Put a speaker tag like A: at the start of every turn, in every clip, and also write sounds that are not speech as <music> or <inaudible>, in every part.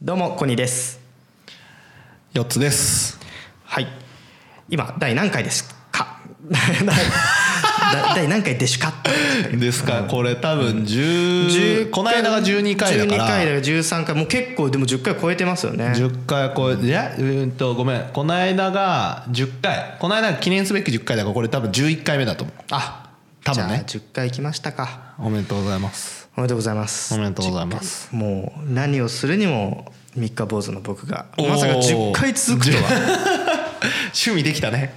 A: どうもコニーです
B: 4つです
A: はい今第何回ですか <laughs> だ <laughs> 第何回でしゅか
B: ですか、これ多分10
A: 10
B: この間が12回だか
A: 12
B: ら
A: 回だから13回もう結構でも10回超えてますよね
B: 10回こういやうーんとごめんこの間が10回この間が記念すべき10回だからこれ多分11回目だと思う
A: あ
B: 多分ね
A: じゃあ10回来ましたか
B: おめでとうございます
A: おめでとうございます
B: おめでとうございます
A: もう何をするにも三日坊主の僕が
B: おー
A: まさか10回続くとは
B: <laughs> 趣味できたね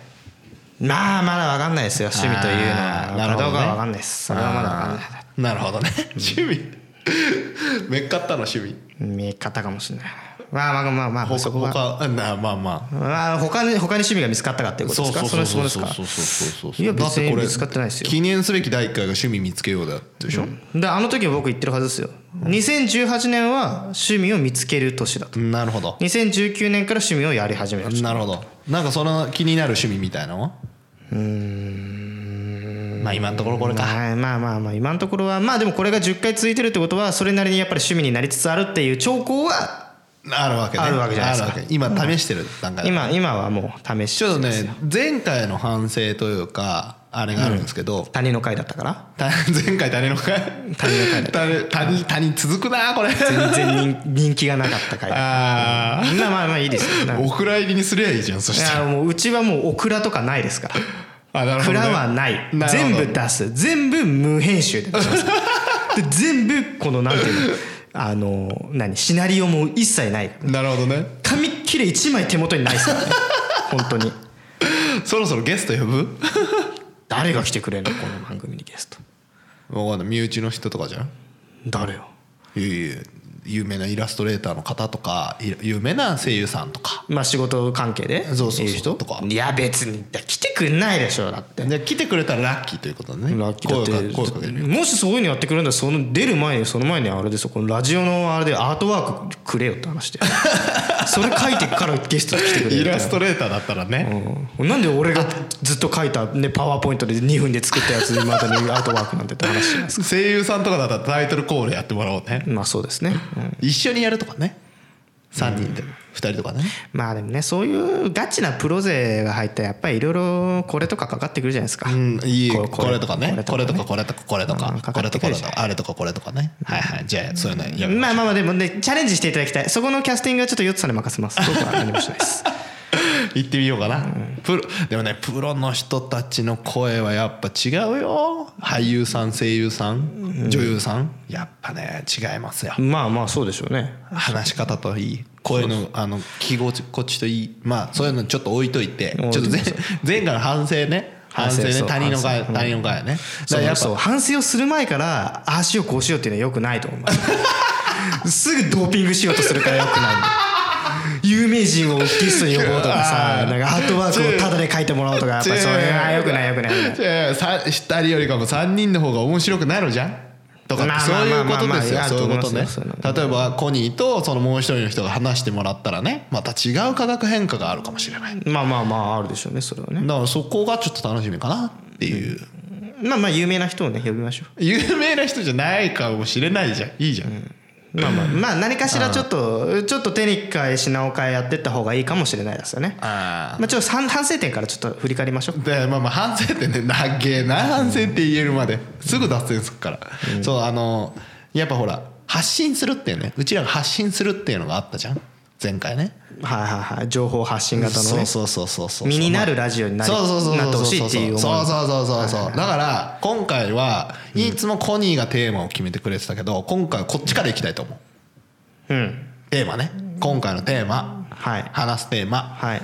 A: まあまだわかんないですよ趣味というの
B: あーなる
A: はど
B: ほどね
A: うかはわかんないですそれはまだわかんない
B: あーなるほどね趣味 <laughs> めっかったの趣味
A: 見え方かもしれないまあまあまあまあまあ
B: 他
A: そこは
B: 他なまあまあ
A: まあ他に他に趣味が見つかったかっていうことですかその質問ですか
B: そうそうそうそう
A: いや別
B: だって
A: に
B: これ
A: 見つかってないですよ
B: 記念すべき第1回が趣味見つけようだってでしょ、
A: であの時も僕言ってるはずですよ2018年は趣味を見つける年だと
B: なるほど
A: 2019年から趣味をやり始めました
B: なるほどなんかその気になる趣味みたいなのはうんまあ今のところこれか
A: はいまあまあまあ今のところはまあでもこれが10回続いてるってことはそれなりにやっぱり趣味になりつつあるっていう兆候は
B: あるわけね
A: あるわけじゃないですか
B: あるわけ今試してる段階だ
A: 今今はもう試し
B: ちょっとね前回の反省というかあれがあるんですけど、
A: 谷の回だったから
B: た <laughs> 前回谷の回
A: 谷の回
B: 谷谷谷続くなこれ
A: 全然人人気がなかった回 <laughs> まあ
B: あ
A: まあまあいいですよ <laughs> な
B: あお蔵入りにすりゃいいじゃんそ
A: い
B: したら
A: やもううちはもうオクラとかないですから
B: あなるほどね
A: 蔵はない
B: なるほ
A: 全
B: ど
A: 部出す全部無編集で出し <laughs> ますで全部このなんていうのあの何シナリオも一切ない
B: なるほどね
A: 紙切れ一枚手元にないです <laughs> からね本当に
B: そろそろゲスト呼ぶ
A: 誰が来てくれるのこの番組にゲスト
B: わかんない身内の人とかじゃん
A: 誰よ
B: いやいや有名なイラストレーターの方とかい有名な声優さんとか
A: まあ仕事関係で
B: そうそうそう
A: いう人
B: とか
A: いや別にだ来てくんないでしょだって
B: で来てくれたらラッキーということだね
A: ラッキーだって
B: 声をか声をかける
A: もしそういうのやってくれるんだったらその出る前にその前にあれですよこのラジオのあれでアートワークくれよって話 <laughs> でそれ書いてからゲスト来てくれ
B: イ
A: よ
B: ラストレーターだったらね、
A: うんなんで俺がずっと書いたねパワーポイントで2分で作ったやつでまだにアートワークなんてって話します
B: 声優さんとかだったらタイトルコールやってもらおうね、
A: まあそうですね、うん
B: 一緒にやるとかね3人で、二2人とかね
A: まあでもねそういうガチなプロ勢が入ったらやっぱりいろいろこれとかかかってくるじゃないですか、
B: うん、いい
A: こ
B: こ
A: れこれ
B: れとかねこれとかこれとかこれと
A: う
B: か
A: んか
B: こ
A: か
B: れ
A: って
B: と
A: く
B: こ
A: る
B: れ
A: じ
B: と
A: ゃん
B: かあれとかこれとかねはいはいじゃあそういうのやめま
A: ま
B: しょう
A: あまあまあでもねチャレンジしていただきたいそこのキャスティングはちょっとヨッツさんに任せます僕は何もしないです <laughs>
B: 行ってみようかな、プロでもねプロの人たちの声はやっぱ違うよ俳優さん声優さん女優さん、やっぱね違いますよ、
A: まあまあそうでしょうね
B: 話し方といい声のあの聞き心地といいまあそういうのちょっと置いといてちょ
A: 置
B: っ
A: い
B: と
A: ときま
B: 前
A: しょ
B: 前回の反省ね反
A: 反
B: 省
A: 省
B: ね
A: そう
B: 他人の会
A: 反省
B: 他人の会ねだ
A: そ
B: から
A: う
B: やっ
A: そう反省をする前からああしようこうしようっていうのはよくないと思う <laughs> すぐドーピングしようとするからよくない有名人をゲストに呼ぼうとか
B: あ
A: さ
B: ー
A: なんかハットワークをタダで書いてもらおうとかやっぱりそういうあよくないよくないよくない
B: ぱさ2人よりかも3人の方が面白くなるじゃんとかっ
A: ま
B: て
A: あ
B: そう
A: まあ
B: いうこ
A: まあ
B: と
A: まあ
B: ですよ
A: まあ
B: そういうことね
A: いやそういうこと
B: 例えばコニーとそのもう一人の人が話してもらったらねまた違う化学変化があるかもしれない
A: まあまあまああるでしょうねそれはね
B: だからそこがちょっと楽しみかなっていう
A: まあまあ有名な人をね呼びましょ
B: 有名な人じゃないかもしれないじゃんいいじゃん
A: うまあまあまあ何かしらちょっとちょっと手に変え品を変えやってった方がいいかもしれないですよね
B: あ
A: まあちょっと反反省点からちょっと振り返りましょう
B: でまあまあ反省ってね長えな反省って言えるまですぐ脱線するから、そうあのやっぱほら発信するっていうねうちらが発信するっていうのがあったじゃん前回ね
A: はいはいはい情報発信型の
B: そう
A: ね
B: そうそうそうそう
A: 身になるラジオになり
B: そうそうそう
A: なって
B: そう
A: ほし
B: そ
A: いっ
B: う
A: て
B: そ
A: いうう思い
B: そうそうそうそうだから今回はいつもコニーがテーマを決めてくれてたけど今回はこっちからいきたいと思う
A: うん
B: テーマね今回のテーマ
A: はい
B: 話すテーマ
A: はい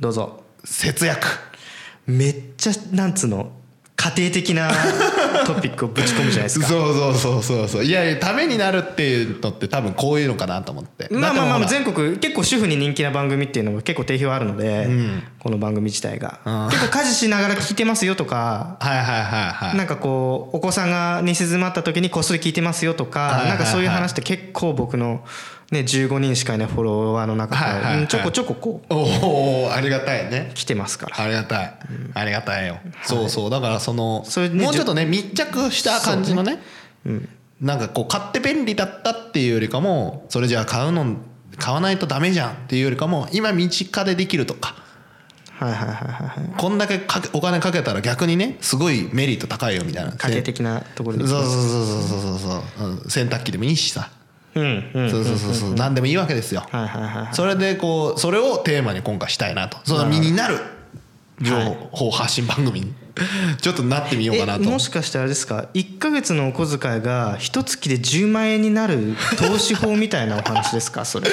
A: どうぞ
B: 節約
A: めっちゃなんつうの家庭的
B: <laughs>
A: なトピックをぶち込むじゃないです
B: そう
A: か
B: そうそうそうそういやいやためになるっていうのって多分こういうのかなと思って
A: まあまあま
B: だ
A: あ
B: って
A: 全国結構主婦に人気な番組っていうのも結構定評あるので、
B: ん
A: この番組自体が
B: うん
A: 結構家事しながら聞いてますよとか
B: はいはいはいはい
A: なんかこうお子さんが寝静まった時にこっそり聞いてますよと
B: はいはい
A: か
B: はい
A: なんかそういう話って結構僕のね15人しかいないフォロワーの中か
B: はいはいは
A: ら
B: い
A: うんちょこちょここう
B: おおありがたいね
A: 来てますから
B: ありがたいありがたいよそうそうだからその
A: それね
B: もうちょっとね密着した感じのねなんかこう買って便利だったっていうよりかもそれじゃあ買うの買わないとダメじゃんっていうよりかも今身近でできるとか
A: はいはいはいはいはい
B: こんだけかけお金かけたら逆にねすごいメリット高いよみたいな
A: 家庭的なところで
B: そう
A: す
B: そう
A: ね
B: そうそうそうそう、うん、洗濯機でもいいしさ、
A: うんうん
B: そうそうそうそう何でもいいわけですよ、
A: はいはいはいはい
B: それでこうそれをテーマに今回したいなとその身になる情報発信番組に <laughs> ちょっとなってみようかな
A: え
B: と
A: もしかしてあれですか1か月のお小遣いが一月で10万円になる投資法みたいなお話ですかそれ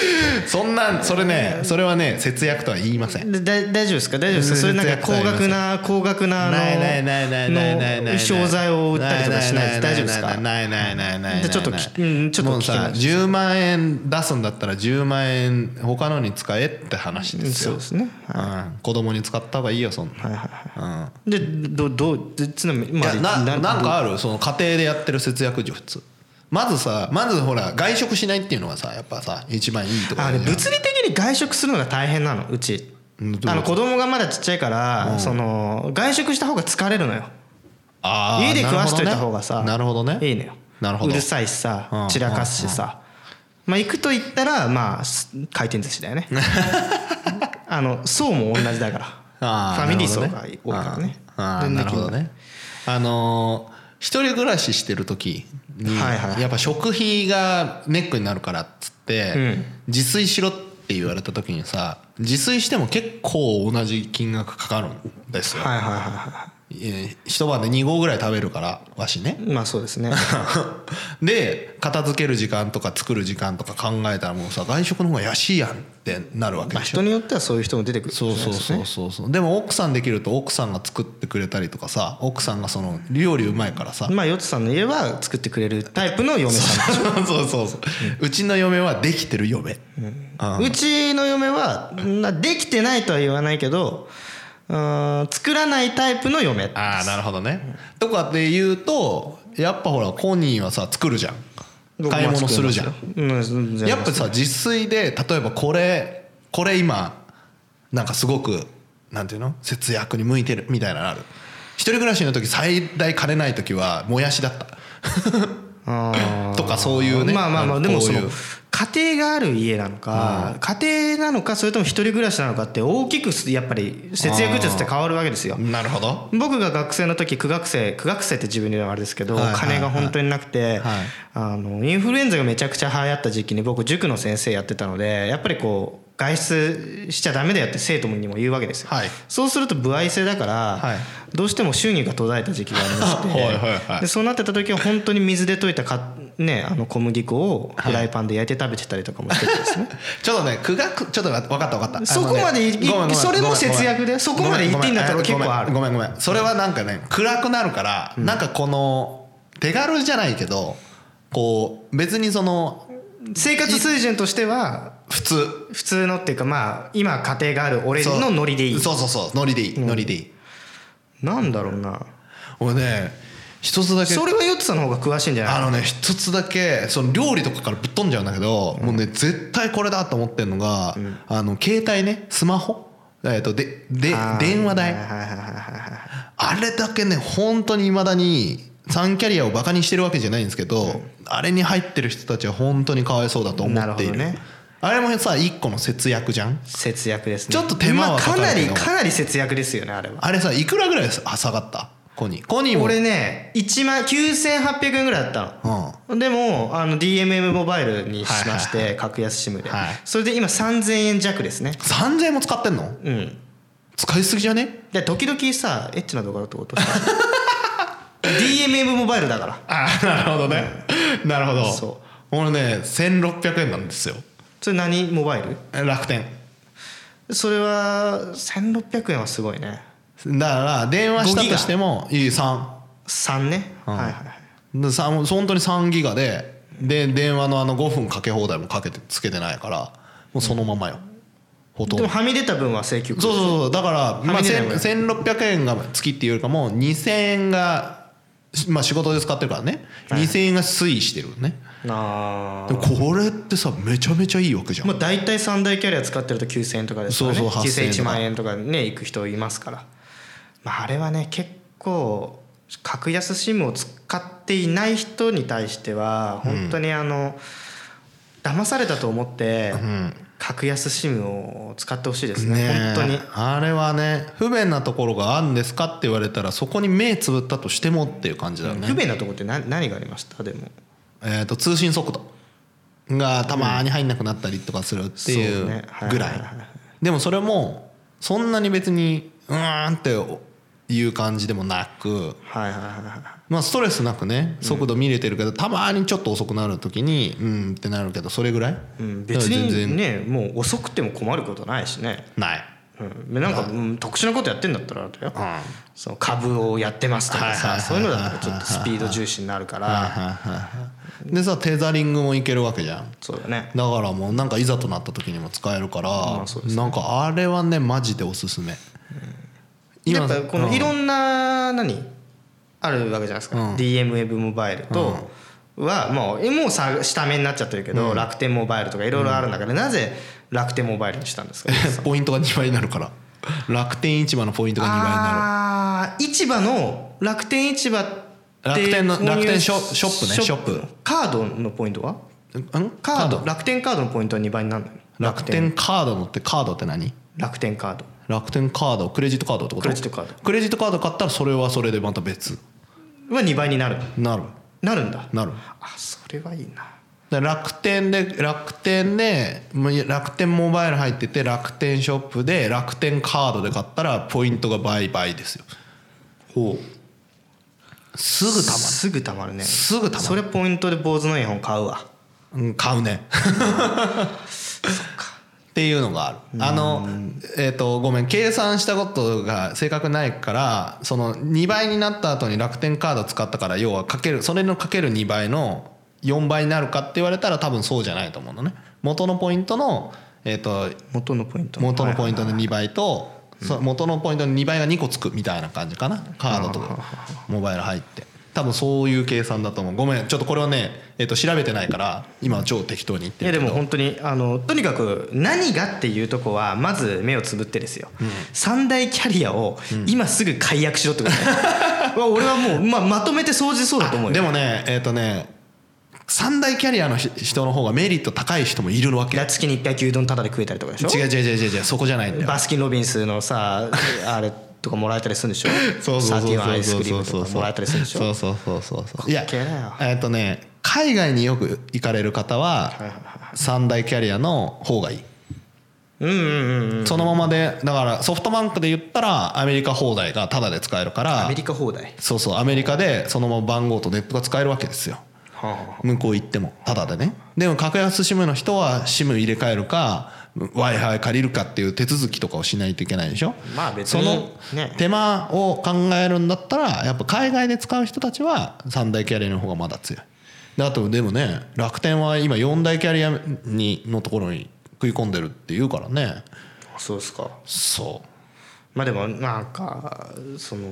B: そんなそれねそれはね節約とは言いません
A: だ大丈夫ですか大丈夫ですかそれなんか高額な高額なあの
B: ないないないないないないない
A: の商材を売ったりとかしないです大丈夫ですか
B: ないないないないないな
A: じ
B: い
A: ゃあちょっときうんちょっと
B: もう
A: 聞け
B: さ
A: ないです
B: 10万円出すんだったら10万円他のに使えって話です
A: そう
B: よ
A: ですね
B: うん子供に使った方がいいよそん
A: は
B: な
A: いはいはい
B: うん
A: でどどうでつなみ
B: い
A: ま
B: や
A: あ
B: ななんか
A: あ
B: あるその家庭でやってる節約術まずさまずほら外食しないっていうのがさやっぱさ一番いいところ
A: あ
B: じ
A: の
B: ゃん
A: 物理的に外食するのが大変なのうち
B: うんどういうこと
A: あの子供がまだちっちゃいからその外食した方が疲れるのよ
B: あー
A: 家で食わしとい
B: な
A: た
B: る
A: 方
B: ほどね
A: がさ
B: なるほどね
A: いいのよ
B: なるほど
A: うるさいし
B: うんうん
A: さ散らかすしさまあ行くと言ったらまあす回転寿司だ
B: <laughs>
A: よねあの層も同じだから
B: あ
A: ファミリー層が多いからね
B: あーあー
A: 全然
B: なるほどねあのー一人暮らししてる時に
A: はいはい
B: やっぱ食費がネックになるからっつって、
A: うん
B: 自炊しろって言われた時にさ自炊しても結構同じ金額かかるんですよ、
A: はいはいはいは
B: えー一晩で2合ぐらい食べるからわし <laughs> ね
A: いまあそうですね
B: で片付ける時間とか作る時間とか考えたらもうさ外食の方が安いやんってなるわけでしょ
A: 人によってはそういう人も出てくるか
B: そ
A: も
B: う
A: しれ
B: そう
A: ないですね
B: そうそうそうでも奥さんできると奥さんが作ってくれたりとかさ奥さんがその料理うまいからさ
A: まあヨッツさんの家は作ってくれるタイプの嫁さん
B: <laughs> そうそうそううちの嫁はできてる嫁あ
A: うちの嫁はなできてないとは言わないけどうーん作らないタイプの嫁
B: あーなるほどねとかって言うとやっぱほらコニーはさ作るじゃん買い物するじゃん
A: うん
B: やっぱさ自炊で例えばこれこれ今なんかすごくなんていうの節約に向いてるみたいなのある一人暮らしの時最大金ない時はもやしだった
A: あー
B: とかそういうね
A: まあまあま
B: あ
A: あ
B: の
A: でもその
B: こういう
A: 家庭がある家なのか家庭なのかそれとも一人暮らしなのかって大きくやっぱり節約術って変わるわけですよ
B: なるほど
A: 僕が学生の時苦学生苦学生って自分で言うのはあれですけど
B: はいはいはい
A: 金が本当になくて
B: はい
A: あのインフルエンザがめちゃくちゃ流行った時期に僕塾の先生やってたのでやっぱりこう外出しちゃダメだよって生徒にも言うわけですよ
B: はい
A: そうすると歩合制だから
B: はい
A: どうしても収入が途絶えた時期がありまして
B: <laughs> はいはいはい
A: でそうなってた時は本当に水で溶いたか、ね、あの小麦粉をフライパンで焼いて食べてたりとかもしてたんですね
B: ちょっとね苦学ちょっと分かった分かった
A: そこまでい
B: あのねごめんごめん
A: それも節約で
B: ごめん
A: そこまで言っていいんだったら結構ある
B: ごめんごめんごめんそれはなんかね暗くなるからなんかこの手軽じゃないけどこう別にその
A: 生活水準としては
B: 普通
A: 普通のっていうかまあ今家庭がある俺
B: そう
A: のノリでいい
B: そうそうそうノリでいいノリでいい
A: なんだろうな
B: 俺ね一つだけ
A: それはヨットさんの方が詳しいんじゃない
B: あのね一つだけその料理とかからぶっ飛んじゃうんだけどもうね絶対これだと思ってんのがあの携帯ねスマホえっとでで
A: あー
B: 電話
A: はい
B: 代
A: はいはいはいはい
B: あれだけね本当にいまだにサンキャリアをバカにしてるわけじゃないんですけどあれに入ってる人たちは本当にかわいそうだと思っている
A: なるほどね
B: あれもさ一個の節約じゃん
A: 節約ですね
B: ちょっと手間はかかる
A: まあかな
B: け
A: り
B: ど
A: かなり節約ですよねあれは
B: あれさいくらぐらいさ下がったコニーコニーも
A: 俺ね1万9800円ぐらいだった
B: う
A: の
B: ん
A: でもあの DMM モバイルにしまし
B: はいは
A: て格安 SIM で
B: はい
A: それで今3000円弱ですね
B: 3000円も使ってんの
A: うん
B: 使いすぎじゃね
A: で時々さエッチな動画だと <laughs> 落とした DMM モバイルだから
B: ああなるほどね、なるほど
A: そ
B: 俺ね1600円なんですよ
A: それ何モバイル
B: 楽天
A: それは1600円はすごいね
B: だから電話した
A: 5ギガ
B: としてもいい3
A: 3ね、
B: うん
A: はいはいはい
B: でさもう本当に3ギガでで電話のあの5分かけ放題もかけてつけてないからもうそのままよ、ほとん
A: でも
B: ど
A: はみ出た分は請求
B: そうそうそうだから、ま
A: は
B: あ、
A: み出ない
B: 千
A: もんね
B: 1600円が月っていうよりかも2000円が、まあ、仕事で使ってるからね、2000円が推移してるね
A: あ
B: でもこれってさめちゃめちゃいいわけじゃん
A: まあ大体3大キャリア使ってると9000円とかですからね
B: そうそう8000
A: 9000 1万円とかね行く人いますから、まあ、あれはね結構格安 SIM を使っていない人に対しては本当にあの、騙されたと思って、
B: ん
A: 格安 SIM を使ってほしいですね
B: ねえ
A: 本当に
B: あれはね不便なところがあるんですかって言われたらそこに目つぶったとしてもっていう感じだよね
A: 不便なとこって何何がありましたでも
B: えー、と通信速度がたまに入んなくなったりとかするってい
A: そう
B: う
A: ねはい
B: ぐら
A: はい
B: い
A: はいはい
B: でもそれもそんなに別にうーんっていう感じでもなく
A: はいはいはいは
B: まあストレスなくね速度見れてるけどたまにちょっと遅くなる時にうんってなるけどそれぐらい
A: い、うん、別
B: だから全
A: に
B: 然
A: ねもう遅くても困ることないしね、
B: ない
A: うん、なんか、うん、特殊なことやってんだったらだよ
B: うん
A: その株をやってますとか
B: は
A: さ
B: い
A: そういうのだとちょっとスピード重視になるから
B: でさテザリングもいけるわけじゃん
A: そうだね
B: だからもうなんかいざとなった時にも使えるから、なんかあれはねマジでおすすめ、
A: やっぱこのいろんな何あるわけじゃないですか、
B: うん
A: DMF モバイルとはもうえもうさ下目になっちゃってるけど、楽天モバイルとかいろいろあるんだからなぜ楽天モバイルにしたんですか
B: ポイントが2倍になるから <laughs> 楽天市場のポイントが2倍にな
A: あー市場の楽天市場で
B: 楽天の
A: 購入
B: 楽天ショショップねショップ
A: カードのポイントは
B: るん
A: カード楽天カードのポイントは2倍になるのよ
B: 楽天カードのってカードって何
A: 楽天カード
B: 楽天カードクレジットカードってこと
A: クレジットカード
B: クレジットカード買ったらそれはそれでまた別
A: は2倍になるの
B: なる
A: なるんだ
B: なる
A: あそれはいいな
B: で楽天で楽天でもう楽天モバイル入ってて楽天ショップで楽天カードで買ったらポイントが倍倍ですよ
A: ほう
B: すぐたます
A: ぐたまるね
B: すぐたまる
A: それポイントで坊主のイヤホン買うわ
B: るうん買うねっていうのがあるあのえっ、とごめん計算したことが正確ないからその2倍になった後に楽天カード使ったから要はかけるそれのかける2倍の4倍になるかって言われたら多分そうじゃないと思うのね元のポイントのえっ、と
A: 元のポイント
B: 元のポイント
A: はい
B: の2倍と、そ元のポイントの2倍が2個つくみたいな感じかなカードとかモバイル入って多分そういう計算だと思うごめんちょっとこれはね、えっと調べてないから今は超適当に言っ
A: い
B: て
A: や
B: る
A: で
B: けど
A: も本当にあのとにかく何がっていうとこはまず目をつぶってですよ、三大キャリアを今すぐ解約しろってことね
B: <laughs>
A: わ俺はもう、ままとめて掃除そうだと思うよ
B: でもねえっ、とね三大キャリアのひ人の方がメリット高い人もいるわけ
A: だ月に1回牛丼タダで食えたりとかでしょ
B: 違う違う違う違う違うそこじゃないんだよ
A: バスキン・ロビンスの
B: <laughs>
A: さあれとかもらえたりするんでしょ
B: そうそうそうそう
A: 31アイス
B: そ
A: ク
B: う
A: リー
B: そう
A: ムと
B: そ
A: か
B: う
A: もらえたりするでしょ
B: そうそうそうそうそういや
A: けえな
B: えっとね海外によく行かれる方
A: はいはい
B: は三大キャリアの方がいい
A: うんうんうんうん
B: そのままでだからソフトバンクで言ったらアメリカ放題がタダで使えるか
A: ア
B: ら
A: メリカ放題
B: そうそうアメリカでそのまま番号とネットが使えるわけですよ
A: はあは
B: 向こう行ってもタダでねでも格安 SIM の人は SIM 入れ替えるか w i f i 借りるかっていう手続きとかをしないといけないでしょ
A: まあ別
B: そ
A: に
B: の
A: ね
B: 手間を考えるんだったらやっぱ海外で使う人たちは3大キャリアの方がまだ強いであとでもね楽天は今4大キャリアにのところに食い込んでるっていうからね
A: あそうですか
B: そう
A: まあでもなんかその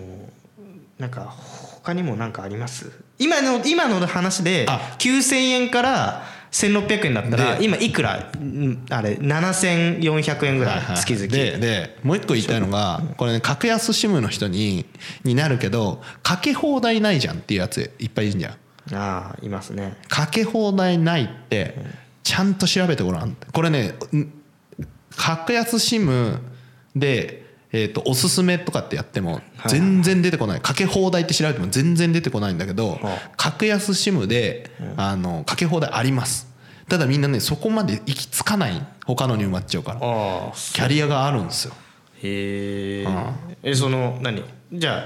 A: なんか他にも何かあります今の今の話で
B: あ
A: 9,000円から1,600円だったら
B: で
A: 今いくらんあれ7,400円ぐらい月々
B: ででもう一個言いたいのがこれね格安 SIM の人にになるけどかけ放題ないじゃんっていうやついっぱいいるじゃん
A: ああいますね
B: かけ放題ないってちゃんと調べてごらんこれねん格安 SIM で、えー、とおすすめとかってやっても全然出てこないかけ放題って調べても全然出てこないんだけど
A: は
B: 格安 SIM であのかけ放題ありますただみんなねそこまで行き着かない他のに埋まっちゃうから
A: ああ
B: キャリアがあるんですよ
A: へーえその何じゃあ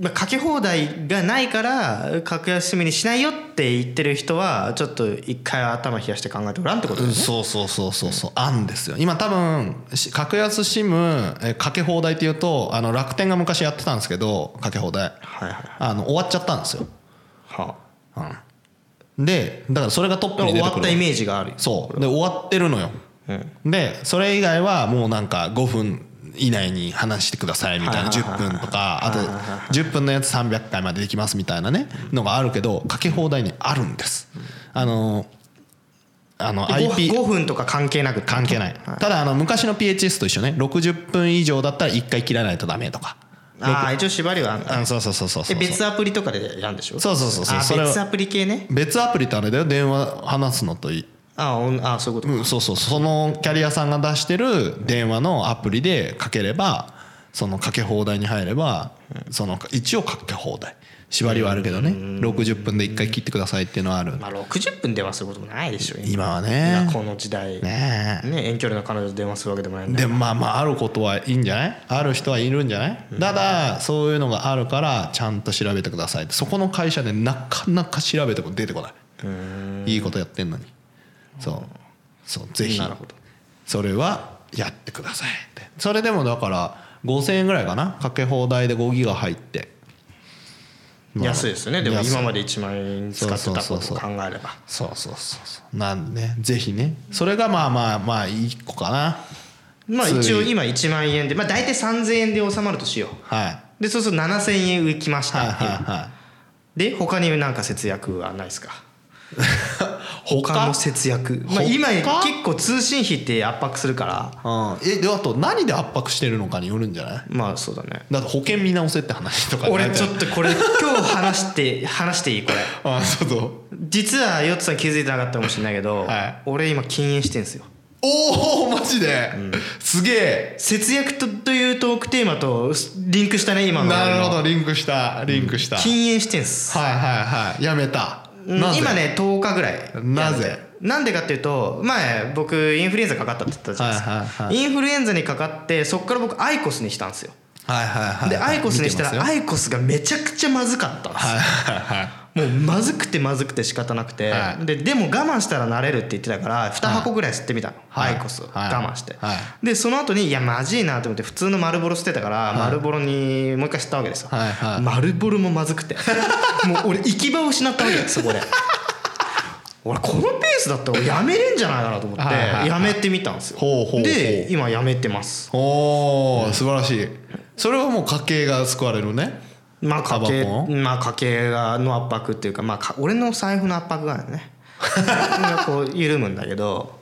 A: まあかけ放題がないから格安趣味にしないよって言ってる人はちょっと一回頭冷やして考えてごらんってことですね
B: そうそうそうそうそうあんですよ今多分し格安 SIM えかけ放題っていうとあの楽天が昔やってたんですけどかけ放題
A: はいはい
B: あの終わっちゃったんですよ、
A: は
B: うん、でだからそれがトッ
A: あ
B: プに
A: 終
B: 出て
A: わ
B: く
A: ったイ
B: る
A: メージがある
B: そうで終わってるのよ、でそれ以外はもうなんか5分以内に話してくださいみたいな
A: はいはいはい
B: 10分とかあと10分のやつ300回までできますみたいなねのがあるけどかけ放題にあるんですあのあの IP
A: 5, 分とか関係なく
B: 関係ないただあの昔の PHS と一緒ね60分以上だったら1回切らないとダメとか
A: ああ一応縛りはあんだ
B: あそうそうそうそうそ
A: え
B: う
A: 別アプリとかでやるんでしょ
B: そうそうそうそう
A: あ
B: それは
A: 別アプリ系ね
B: 別アプリってあれだよ電話話すのとい
A: あおんあそういうことか、
B: うん、そうそうそのキャリアさんが出してる電話のアプリでかければそのかけ放題に入ればその一応かけ放題縛りはあるけどね60分で1回切ってくださいっていうのはある
A: まあ60分電話することもないでしょ
B: 今は
A: 今
B: ね
A: この時代ね
B: ねえ
A: 遠距離の彼女と電話するわけでもないんだ
B: でもまあまああることはいいんじゃないある人はいるんじゃないただそういうのがあるからちゃんと調べてくださいってそこの会社でなかなか調べても出てこないいいことやってんのにそうそうぜひ
A: なるほど
B: それはやってくださいってそれでもだから5000円ぐらいかなかけ放題で5ギガ入って
A: 安いですよねでも
B: 安い
A: 今まで1万円使ってたこと
B: そう
A: を
B: そうそう
A: 考
B: そ
A: えれば
B: そうそうそうそうなんでねぜひねそれがまあまあまあ一個かな
A: まあ
B: つい
A: 一応今1万円でまあ大体3000円で収まるとしよ
B: は
A: うでそうすると7000円浮きまし
B: いはい
A: たって
B: はい
A: いう
B: はい
A: で他になんか節約はないですか他
B: 他
A: の節約まあ今
B: 他
A: 結構通信費って圧迫するから
B: うん、えであと何で圧迫してるのかによるんじゃない
A: まあそうだね
B: だって保険見直せって話とか
A: 俺ちょ
B: と
A: っとこれ <laughs> 今日話して話していいこれ
B: あそうそう
A: 実はヨッツさん気づいてなかったかもしれないけど、
B: はい
A: 俺今禁煙してんすよ
B: おおマジで、すげえ
A: 節約とというトークテーマとリンクしたね今の
B: なるほどリンクしたリンクした、はい
A: 禁煙してんす
B: はいはいやめた
A: うん
B: なぜ
A: 今ね10日ぐらい
B: なぜ
A: なんでかっていうと前僕インフルエンザかかったって言ったじゃないですか、
B: はいはいはい
A: インフルエンザにかかってそっから僕アイコスにしたんですよ
B: はいはいはい
A: でアイコスにしたらア
B: イ
A: イコスがめちゃくちゃまずかったんです
B: はいはいはい
A: もうまずくてまずくて仕方なくて、
B: はい
A: ででも我慢したら慣れるって言ってたから2箱ぐらい吸ってみたの、
B: はい
A: アイコスを
B: はい
A: 我慢して、
B: はい
A: でその後にいやまずいなと思って普通の丸ボロ吸ってたから丸ボロにもう一回吸ったわけですよ、
B: はいはい
A: 丸ボロもまずくて
B: <laughs>
A: もう俺行き場を失ったわけよそこで俺このペースだったら俺やめれんじゃないかなと思って
B: はいはいはい
A: やめてみたんですよ、
B: ほうほうほう
A: で今やめてます
B: おお素晴らしいそれはもう家計が救われるね
A: まあ家計
B: タバコ
A: まあ家計がの圧迫っていうか,、まあ、か俺の財布の圧迫が
B: <laughs>
A: ねがこう緩むんだけど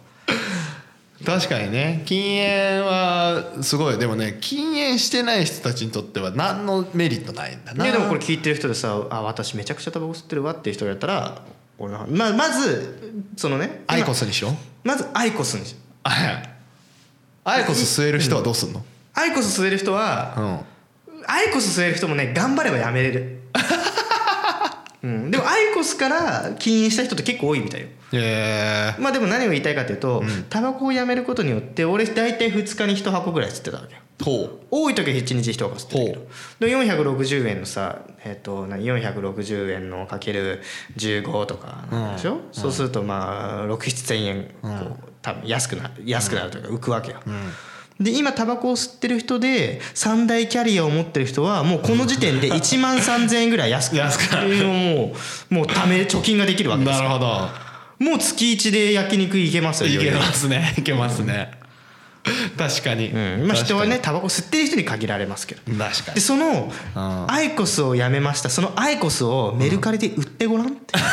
B: 確かにね禁煙はすごいでもね禁煙してない人たちにとっては何のメリットないんだない
A: やでもこれ聞いてる人でさ「あ私めちゃくちゃタバコ吸ってるわ」っていう人がやったら俺のまあまずそのね
B: アイコスにしろ
A: まずアイコスにし
B: アイコス吸える人はどうすんの、
A: アイコス吸える人は
B: うん
A: アイコス吸える人もね頑張ればやめれ
B: <laughs>
A: る、うん、でもアイコスから禁煙した人って結構多いみたいよ
B: え
A: まあでも何を言いたいかというとタバコをやめることによって俺大体2日に1箱ぐらい吸ってたわけよ
B: ー、ほ
A: 多い時は1日1箱吸ってるけ
B: ほ
A: どで460円のさえっ、と何460円のかける15とかなんでしょ、そうするとまあ67000円こう、多分安くな安くなるというか浮くわけよ、で今タバコを吸ってる人で三大キャリアを持ってる人はもうこの時点で1万3000円ぐらい安くなる
B: 安くな
A: っていうのをもうもうため貯金ができるわ
B: う
A: けです
B: な
A: よ
B: るほど
A: もう月1で焼肉いけますよ
B: い
A: 余
B: け
A: 裕で
B: ますねいけますね確かに、
A: うんまあ、人は
B: 確
A: ねタバコ吸ってる人に限られますけど
B: か
A: で
B: に
A: その
B: ん
A: アイコスをやめましたそのアイコスをメルカリで売ってごらんって
B: <laughs>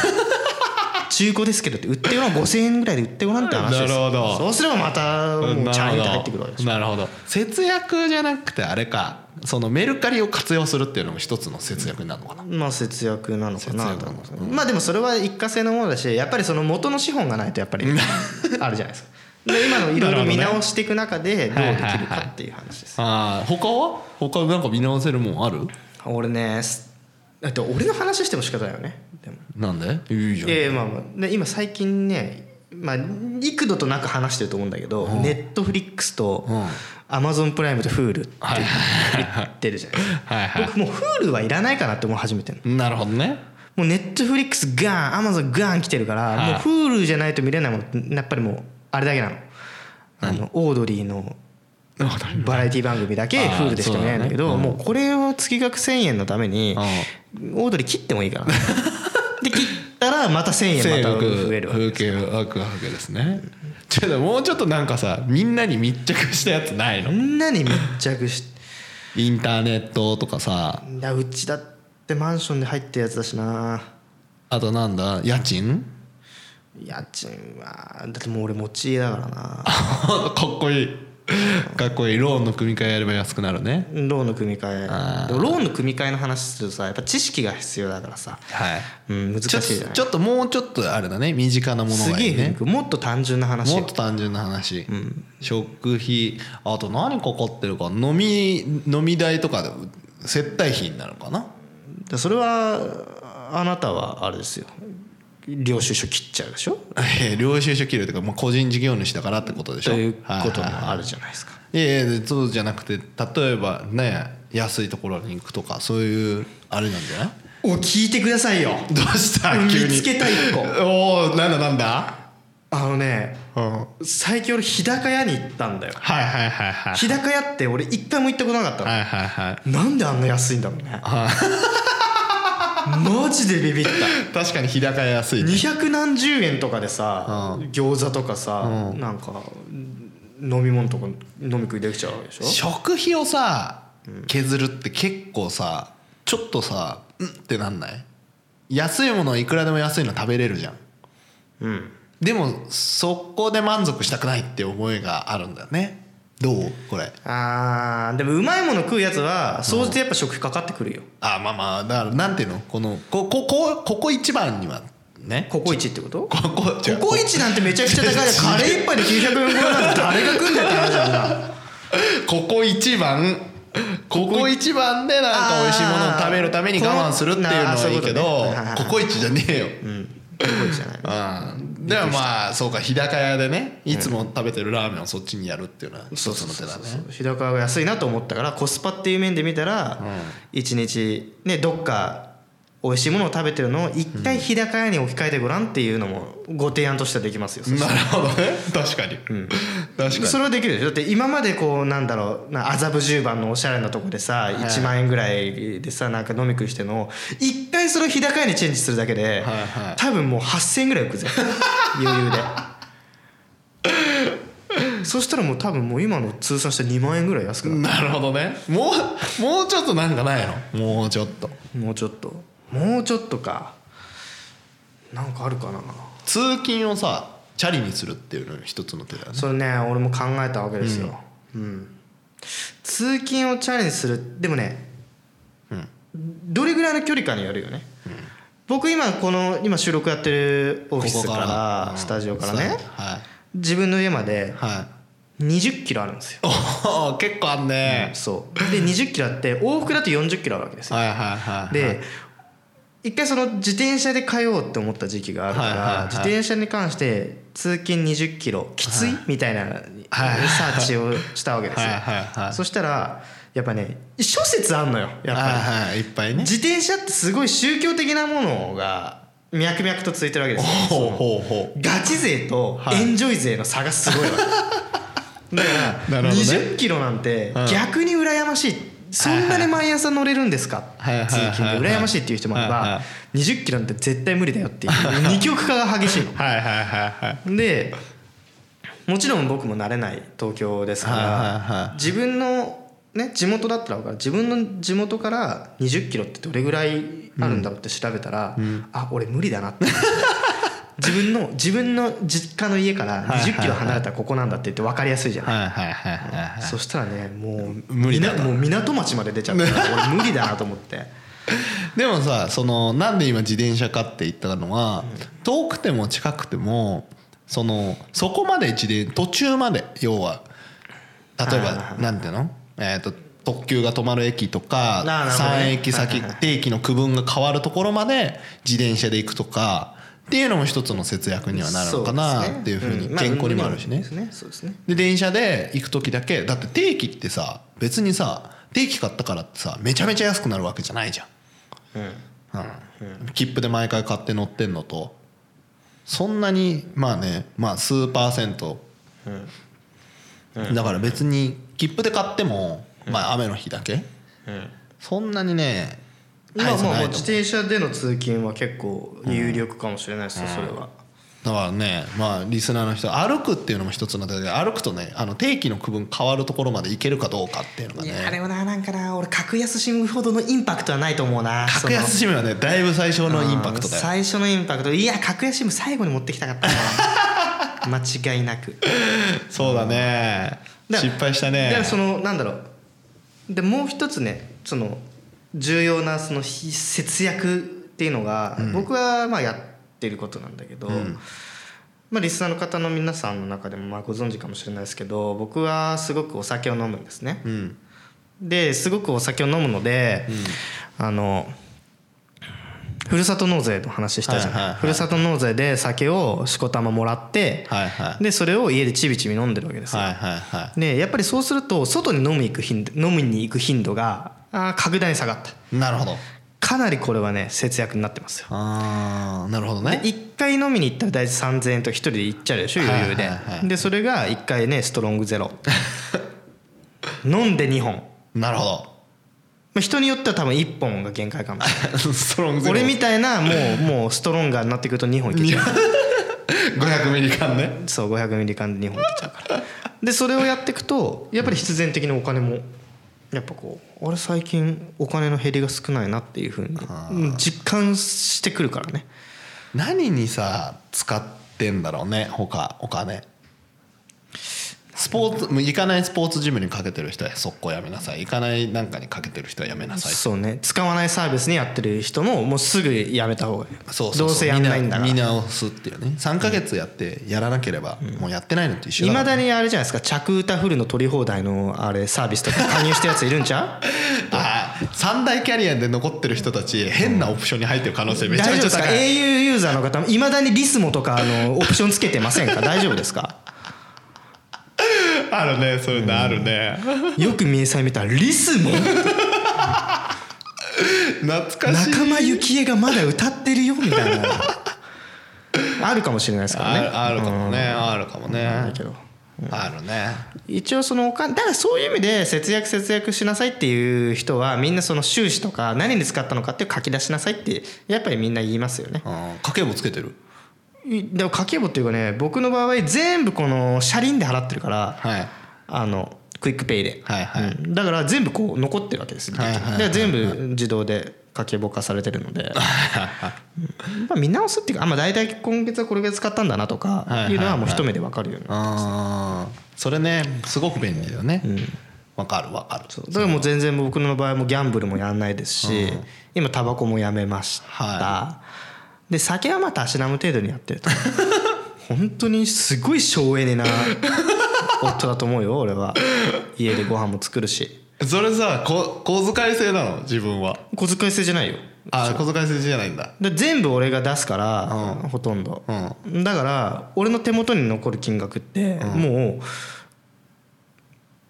A: 中古ですけどって売ってごらん5000円ぐらいで売ってごらんって話です
B: <laughs> なるほど
A: そうすればまたも
B: うん
A: うチャ
B: な
A: イン
B: る
A: って入
B: ほ
A: ってくるわけで
B: ど
A: しょ
B: なるほど節約じゃなくてあれかそのメルカリを活用するっていうのも一つの節約になるのかな
A: まあ節約なのかな
B: 節約なのかな
A: まあでもそれは一過性のものだしやっぱりその元の資本がないとやっぱり <laughs> あるじゃないですかで今のいろいろ見直していく中でどうできるかっていう話です
B: あー他は他なんか見直せるもんある
A: 俺ねすだって俺の話しても仕方ないよねでも
B: なんでいいじゃん
A: ええまあまあで今最近ね、まあ、幾度となく話してると思うんだけどネットフリックスと
B: うん
A: アマゾンプライムと Hulu って言ってるじゃないですか
B: はいは
A: 僕もう Hulu はいらないかなって思い始めてる
B: いなるほどね
A: もうネットフリックスガーンアマゾンガーン来てるから
B: はい
A: もう Hulu じゃないと見れないものやっぱりもうあれだけなのあのオードリーのバラエティ番組だけ
B: あー
A: Hulu でしか見れないんだけど
B: そうだね
A: もうこれを月額1000円のためにオードリー切ってもいいから <laughs> で切ったらまた1000円また増えるわけ
B: 風景を開くわけですねちょっともうちょっとなんかさみんなに密着したやつない
A: そ
B: の
A: んなに密着し
B: インターネットとかさ
A: いやうちだってマンションで入ったやつだしな
B: あとなんだ家賃 <laughs>
A: 家賃はだってもう俺持ち家だからな
B: かっこいいかっこいいローンの組み替えやれば安くなるね
A: ローンの組み替え
B: あー
A: でもローンの組み替えの話するとさやっぱ知識が必要だからさ、
B: はい
A: うん、難し
B: ちょっ
A: いじゃ
B: と
A: ない
B: ちょっともうちょっとあれだね身近なもの
A: す
B: が
A: げ
B: い
A: え
B: い
A: 古
B: ね
A: くもっと単純な話
B: もっと単純な話、食費あと何かかってるか飲み飲み代とかで接待費になるかな
A: でそれはあなたはあれですよ領収書切っちゃうでしょ
B: えー <laughs> 領収書切るというか、まあ、個人事業主だからってことでしょ
A: ということも
B: はいはい
A: あるじゃないですか
B: いやいやそうじゃなくて例えばね安いところに行くとかそういうあれなんじゃない
A: お聞いてくださいよ
B: どう <laughs> した
A: 見
B: 急に
A: つけた一個
B: <laughs> おおなんだなんだ
A: あのね最近俺日高屋に行ったんだよ
B: はいはいはいはい
A: 日高屋って俺一回も行ったことなかったの
B: はいはいはい
A: なんであんな安いんだろうね <laughs> マジでビビった
B: 確かに日高屋安いね
A: 二百何十円とかでさ
B: う
A: 餃子とかさ
B: うん
A: なんか飲み物とか飲み食いできちゃうわけでしょ
B: 食費をさ削るって結構さちょっとさうんってなんない安いものいくらでも安いの食べれるじゃん
A: うん
B: でもそこで満足したくないって思いがあるんだよねどうこれ
A: あーでもうまいもの食うやつは総じてやっぱ食費かかってくるよ
B: あまあまあだからなんていうのこのこここここ一番にはね
A: ココイチってこと
B: ここ違う
A: ココイチなんてめちゃくちゃ高いからカレー一杯で900円超えなんて誰が食うんだよって話だよな
B: ここ一番ここ一番でなんか美味しいものを食べるために我慢するっていうのはいいけど
A: このなあそういうことねはいはいはい
B: <laughs> ここ一じゃねえよ、
A: うんココイチじゃない
B: うん、でもまあそうか日高屋でねいつも食べてるラーメンをそっちにやるっていうのは一つの手だね
A: そう日高屋が安いなと思ったからコスパっていう面で見たら一日ねどっか美味しいものを食べてるのを一回日高屋に置き換えてごらんっていうのもご提案としてはできますよそし
B: な
A: たら
B: るほどね確かに、確か
A: それはできるでしょだって今までこうなんだろうな麻布十番のおしゃれなとこでさ1万円ぐらいでさなんか飲み食いしてんのを一回それを日高屋にチェンジするだけで
B: はいはい
A: 多分もう8,000円ぐらい浮く
B: <laughs>
A: ぜ余裕でそしたらもう多分もう今の通算して2万円ぐらい安くな
B: に
A: る
B: なるほどねもうもうちょっとなんかないのもうちょっと
A: もうちょっともうちょっとかなんかあるかな
B: 通勤をさチャリにするっていうのが一つの手だよね
A: それね俺も考えたわけですよ、うん通勤をチャレンジするでもね、
B: うん
A: どれぐらいの距離かによるよね、僕今この今収録やってるオフィスから
B: うん
A: スタジオからね
B: はい
A: 自分の家まで
B: はい
A: 20キロあるんですよ、
B: おー結構あんね、
A: そうで20キロあって往復だと40キロあるわけですよ
B: はいはいはいはい
A: で一回その自転車で通おうって思った時期があるから、
B: はいはいはい
A: 自転車に関して通勤2 0キロきつい、みたいなリサ
B: はい
A: ーチをしたわけですよ、
B: はいはいはい
A: そしたらやっぱね諸説あんのよやっぱり、
B: はいはいいっぱいね
A: 自転車ってすごい宗教的なものが脈々とついてるわけですよ
B: ほうほうほう
A: ガチ勢と
B: はい
A: エンジョイ勢の差がすごいわ
B: <laughs>
A: けだから
B: なるほどね
A: 20キロなんて
B: うん
A: 逆に羨ましいそんなに毎朝乗れるんですか
B: はいはい
A: 通勤で羨ましいっていう人もいれ
B: はいは
A: ば20キロなんて絶対無理だよっていう
B: <laughs>
A: 二極化が激しい
B: はいはいはいはい
A: のでもちろん僕も慣れない東京ですか
B: はいはいは
A: ら
B: い
A: 自分のね地元だったら分かる自分の地元から20キロってどれぐらいあるんだろうって調べたらあ俺無理だ
B: <laughs>
A: なって自分の自分の実家の家から
B: はいはい
A: 20キロ離れたらここなんだって言って分かりやすいじゃない、
B: はいはいはいはい
A: そしたらねもう
B: 無理だな
A: みなもう港町まで出ちゃったから俺無理だなと思って
B: でもさそのなんで今自転車かって言ったのは、遠くても近くてもそのそこまで自転途中まで要は例え
A: はいはい
B: ばなんていうの、えー、と特急が止まる駅とか
A: なるほどね
B: 3駅
A: は
B: 先
A: いはいはい
B: 定期の区分が変わるところまで自転車で行くとかっていうのも一つの節約 <laughs> にはなるのかなっていうふうに
A: んま
B: 健康にもあるしね。
A: そうですねそうですね
B: で電車で行く時だけだって定期ってさ別にさ定期買ったからってさめちゃめちゃ安くなるわけじゃないじゃん。
A: うん
B: うん、切符で毎回買って乗ってんのとそんなにまあねまあ数パーセント、だから別に切符で買っても、まあ雨の日だけそんなにね
A: まあ
B: 大差
A: まあ
B: な
A: まあ
B: いと
A: 自
B: 思う
A: 転車での通勤は結構有力かもしれないですよそれは
B: だからねまあリスナーの人歩くっていうのも一つの手で歩くとねあの定期の区分変わるところまで行けるかどうかっていうのが
A: い
B: ね
A: やあれはななんかな俺格安シムほどのインパクトはないと思うな
B: 格安シムはねだいぶ最初のインパクトだよ
A: 最初のインパクトいや格安シム最後に持ってきたかったな
B: <laughs>
A: 間違いなく
B: そうだね
A: だ
B: 失敗したね
A: でそのなんだろうでもう一つねその重要なそのひ節約っていうのが、僕はまあやってることなんだけど、まあ、リスナーの方の皆さんの中でもまあご存知かもしれないですけど僕はすごくお酒を飲むんですね。
B: うん
A: ですごくお酒を飲むので、あのふるさと納税の話したじゃない,、
B: はいはいはい
A: ふるさと納税で酒をしこたまもらって、
B: はいはい
A: でそれを家でちびちび飲んでるわけですよ。
B: はいはいは
A: ねやっぱりそうすると外に飲みに行く頻度飲みに行く頻度があー格段に下がった
B: いなるほど
A: かなりこれはね節約になってますよ
B: あーなるほどね
A: 1回飲みに行ったら大体3000円と1人で行っちゃうでしょ余裕で、
B: はいはいはい
A: でそれが1回ねストロングゼ
B: <laughs>
A: ロ飲んで2本、
B: なるほ
A: まあ、人によっては多分1本が限界かもしれ
B: ど <laughs> ストロング
A: ない
B: ゼロ
A: 俺みたいなもうもうストロンガーになってくると2本いけちゃう
B: 500ミリ缶ね
A: そう500ミリ缶で2本いけちゃうからでそれをやっていくとやっぱり必然的にお金もやっぱこうあれ最近お金の減りが少ないなっていうふうにうん実感してくるからね
B: 何にさ使ってんだろうね他お金スポーツもう行かないスポーツジムにかけてる人は速攻やめなさい行かないなんかにかけてる人はやめなさい
A: そうね使わないサービスにやってる人ももうすぐやめた方がいい
B: そうそうそう
A: どうせやんないんだから
B: 見
A: い
B: 直すっていうね3か月やってやらなければ、もうやってないのと一緒だ
A: ま
B: から
A: だにあれじゃないですか着歌フルの取り放題のあれサービスとか加入したやついるんちゃう
B: あー三大キャリアで残ってる人たち変なオプションに入ってる可能性め
A: 大
B: ちゃ
A: 丈
B: め
A: 夫
B: ち
A: です
B: ゃ
A: か
B: 高い
A: au ユーザーの方いまだにリスモとかあのオプションつけてません
B: <laughs>
A: か大丈夫ですか
B: あるねそういうのあるね
A: よく明細見たらリスモ
B: 懐かしい
A: 仲間由紀恵がまだ歌ってるよみたい
B: <laughs>
A: なあるかもしれないですからね
B: ああるかもねあるかも
A: だ
B: ね
A: けど
B: あるね
A: 一応そのお金だからそういう意味で節約節約しなさいっていう人はみんなその収支とか何に使ったのかっていう書き出しなさいってやっぱりみんな言いますよね
B: うん家計簿つけてる
A: いでも家計簿っていうかね僕の場合全部この車輪で払ってるから
B: はい <laughs>
A: あのクイックペイで、
B: はいはい
A: うんだから全部こう残ってるわけですよ、
B: はいはいはいはい
A: で全部自動で家計簿化されてるの
B: <laughs>
A: でうんまあ見直すっていうかあ、まあ、大体今月はこれぐらい使ったんだなと
B: いはい
A: か
B: はい
A: いうのはもう一目で分かるように
B: あーそれねすごく便利だよねわかるわかる
A: そうだからもう全然僕の場合はもうギャンブルもやんないですし、今タバコもやめました、
B: は
A: で酒はまあたしなむ程度にやって
B: <laughs>
A: ると本当にすごい省エネな夫だと思うよ俺は家でご飯も作るし
B: それさこ小遣い制なの自分は
A: 小遣い制じゃないよ
B: あ小遣い制じゃないんだ
A: で全部俺が出すから、ほとんど、だから俺の手元に残る金額っても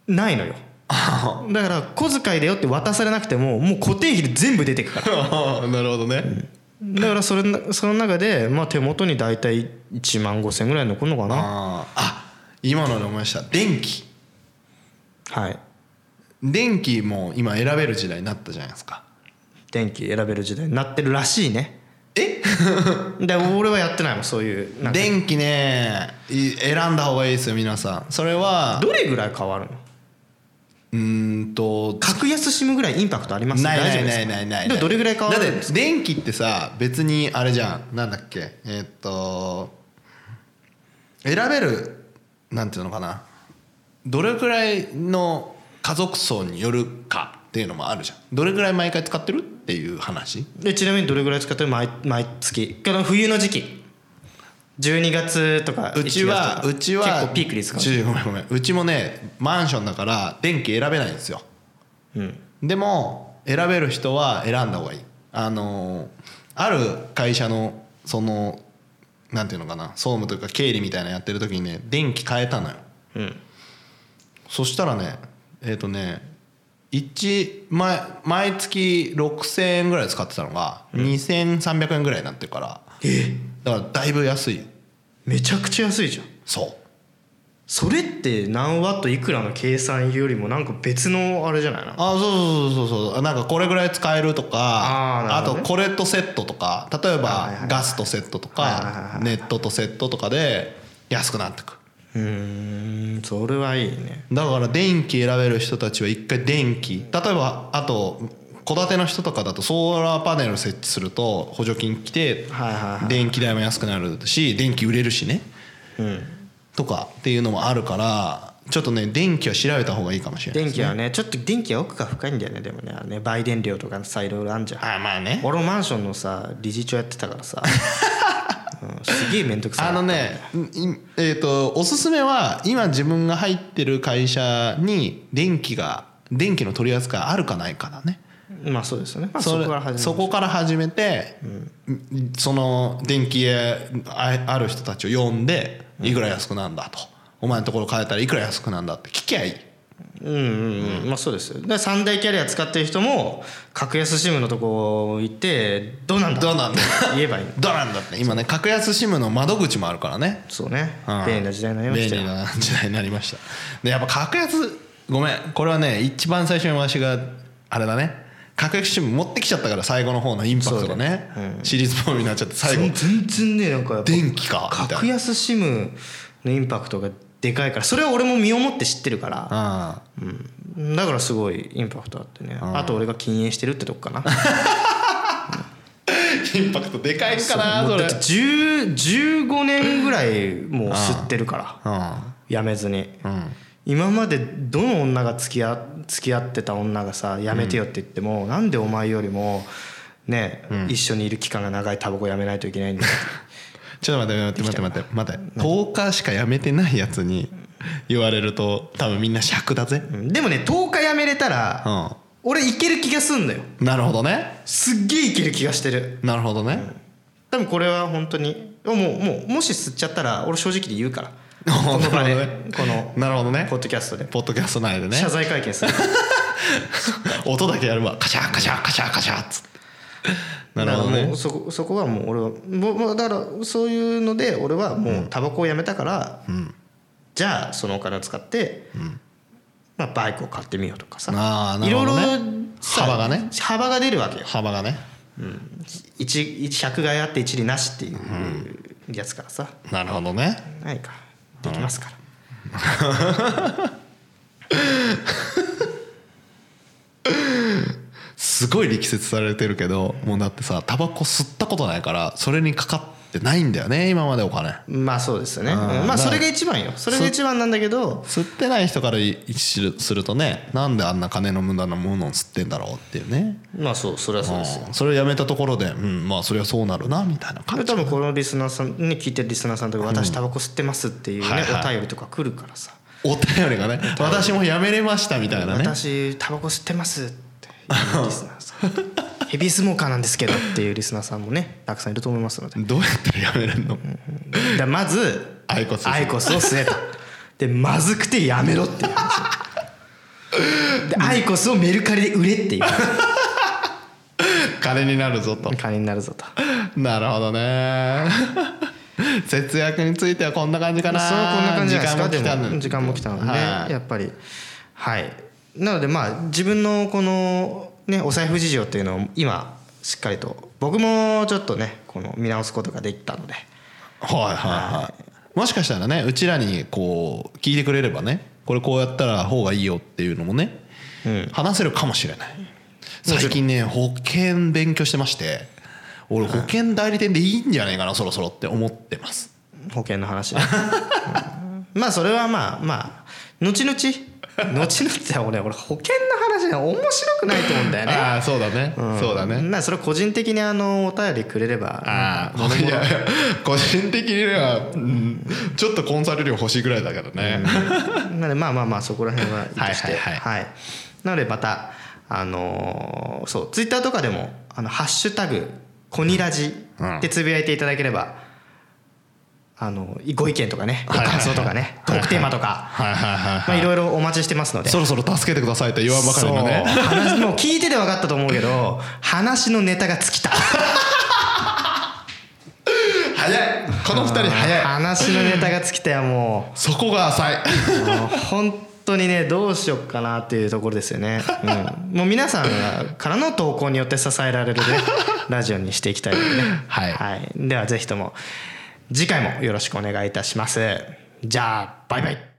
A: うないの
B: <laughs>
A: よだから小遣いだよって渡されなくてももう固定費で全部出てくから
B: あ <laughs> ーなるほどね
A: だからそれなその中で、まあ、手元に大体1万5千ぐらい残るのかな
B: あーあ今ので思いました電気
A: はい
B: 電気も今選べる時代になったじゃないですか
A: 電気選べる時代になってるらしいね
B: え
A: で俺はやってないもんそういうなんか
B: 電気ねい選んだ方がいいですよ皆さんそれは
A: どれぐらい変わるの
B: うーんと
A: 格安 SIM ぐらいインパクトあります
B: ない
A: 大
B: な
A: 丈夫
B: い
A: で
B: な
A: すか
B: いないない
A: でもどれぐらい変わるん
B: だ
A: で
B: っ
A: すか
B: て電気ってさ別にあれじゃんなんだっけえーっと選べるなんていうのかなどれくらいの家族層によるかっていうのもあるじゃんどれくらい毎回使ってるっていう話
A: でちなみにどれぐらい使ってる毎毎月この冬の時期12月とか
B: うち
A: 1月と
B: は
A: か
B: うちは
A: 結構ピークに使う
B: ちごめんごめんうちもねマンションだから電気選べないんですよ
A: うん
B: でも選べる人は選んだ方がいいあのーある会社のそのなんていうのかな総務というか経理みたいなのやってる時にね電気変えたのよ
A: うん
B: そしたらねえっ、とね一毎毎月6,000円ぐらい使ってたのが、2,300円ぐらいになってるからだからだいぶ安いよ
A: めちゃくちゃ安いじゃん
B: そう
A: それって何ワットいくらの計算よりもなんか別のあれじゃないな
B: あそうそうそうそうそうなんかこれぐらい使えるとか
A: あーな
B: あ
A: るほどね
B: とこれとセットとか例
A: は
B: え
A: いはい
B: ばガスとセットと
A: はいはいはい
B: か
A: はい
B: ネットとセットとかで安くなってく
A: うーんそれはいいね
B: だから電気選べる人たちは一回電気例えばあと戸建ての人とかだとソーラーパネル設置すると補助金来て
A: はいはいはい
B: 電気代も安くなるし電気売れるしね
A: うん
B: とかっていうのもあるからちょっとね電気は調べた方がいいかもしれない
A: 電気はねちょっと電気は奥が深いんだよねでもねあのね売電量とかさいろいろあんじゃん
B: あまあね
A: 俺もマンションのさ理事長やってたから
B: <laughs>
A: さ、うんすげえ面倒くさい
B: あのねいえっ、とおすすめは今自分が入ってる会社に電気が電気の取り扱いあるかないかだね
A: まあそうですよね、まあ、そ
B: そ
A: こ
B: れ
A: から始
B: そ
A: める
B: こから始めて、その電気屋あある人たちを呼んでいくら安くなんだと、お前のところ変えたらいくら安くなんだって聞きゃいい
A: うんうんうんまあそうですよで三大キャリア使ってる人も格安シムのとこ行ってどうなんだ
B: どうなんだ <laughs>
A: 言えばいい
B: どうなんだって今ね格安シムの窓口もあるからね
A: そうね、
B: うん
A: 便利な時代になりました
B: 便利
A: よ
B: な時代になりましたでやっぱ格安ごめんこれはね一番最初に私があれだね格安シム持ってきちゃったから最後の方のインパクトがねシリーズフォームになっちゃって最後
A: 全然ねなんかやっぱ
B: 電気かみたいな
A: 格安シムのインパクトがでかいからそれは俺も身をもって知ってるから、
B: あ
A: うん、だからすごいインパクトあってねあと俺が禁煙してるってとこかな
B: あインパクトでかいかな
A: も
B: そう
A: だ
B: れ
A: って10 15年ぐらいもう吸ってるから
B: うん
A: やめずに、
B: ん
A: 今までどの女が付き合付き合ってた女がさやめてよって言っても、なんでお前よりもね、一緒にいる期間が長いタバコやめないといけないんだよ
B: ちょっと待って待って待って待って待って10日しかやめてないやつに言われると多分みんな尺だ <laughs> ぜ
A: うんでもね10日やめれたら、
B: う
A: 俺いける気がすんだよ
B: んなるほどね
A: すっげえいける気がしてる
B: なるほどね、
A: 多分これは本当にもうもうもし吸っちゃったら俺正直に言
B: <laughs>
A: うから
B: な
A: この場で
B: るほどね
A: この
B: なるほどね
A: ポッドキャストで
B: ポッドキャスト内でね
A: 謝罪会見する
B: 音だけやるわカシャカシャカシャカシャっつってなるほど
A: だからも
B: ね
A: うそこそこはもう俺はもうもうだからそういうので俺はもうタバコをやめたから、じゃあそのお金を使って、まあ、バイクを買ってみようとかさ
B: あーないる
A: ろ
B: ほ
A: い
B: ど
A: ろ
B: ね
A: さ
B: 幅がね
A: 幅が出るわけよ
B: 幅がね
A: 一一100害あって一理なしっていうやつからさ
B: なるほどね
A: ないかできますから、
B: すごい力説されてるけどもうだってさタバコ吸ったことないからそれにかかってないんだよね今までお金
A: まあそうですよね、
B: ん
A: うんまあ
B: だから
A: それが一番よそれが一番なんだけど
B: 吸ってない人からいするするとねなんであんな金の無駄なものを吸ってんだろうっていうね
A: まあそうそれはそうですよ
B: うんそれをやめたところでうんまあそれはそうなるなみたいな
A: こ
B: 感
A: れ
B: じ
A: 多分このリスナーさんに聞いてるリスナーさんとか私タバコ吸ってますっていうね
B: はいはい
A: お便りとか来るからさ
B: お便りがね私もやめれましたみたいなね
A: 私タバコ吸ってますっていうリスナーさ
B: <laughs>
A: んヘビースモーカーなんですけどっていうリスナーさんもねたくさんいると思いますので
B: どうやったらやめれるの
A: でまず
B: アイコス
A: アイコスを吸えとでまずくてやめろっていう話でアイコスをメルカリで売れっていう
B: <laughs> 金になるぞと
A: 金になるぞと
B: <laughs> なるほどね <laughs> 節約についてはこんな感じかな
A: そうこんな感じじゃないですか
B: 時間も来た
A: で
B: の
A: も時間も来たので、
B: はい
A: やっぱりはいなのでまあ自分のこのねお財布事情っていうのを今しっかりと僕もちょっとねこの見直すことができたので
B: はいはいはいもしかしたらねうちらにこう聞いてくれればねこれこうやったら方がいいよっていうのもね、話せるかもしれない最近ね保険勉強してまして俺保険代理店でいいんじゃないかなそろそろって思ってます
A: 保険の話ね、うんまあそれはまあまあ後々後々って俺俺保険の話ね面白くないと思うんだよね
B: ああそうだね、そうだね
A: なそれ個人的にあのお便りくれれば
B: ああ
A: なんか
B: いやいや個人的には、うんちょっとコンサル料欲しいぐらいだけどね、
A: なのでまあまあまあそこら辺は意図して
B: はいはい
A: なのでまたあのーそうツイッターとかでも「あのハッシュタグコニラジ」でつぶやいていただければ、あのご意見とかねご
B: はいはいはい
A: 感想とかねトークテーマとか
B: はいはいはい
A: まあいろいろお待ちしてますので。
B: そろそろ助けてくださいと言わんばかりのね
A: そう話もう聞いてて分かったと思うけど話のネタが尽きた
B: 早いこの二人早い
A: 話のネタが尽きたよも
B: そこが浅い
A: うもう本当にねどうしよっかなっていうところですよね、うん、もう皆さんからの投稿によって支えられるね
B: <laughs>
A: ラジオにしていきたいのでね、
B: はい
A: ではぜひとも次回もよろしくお願いいたしますじゃあバイバイ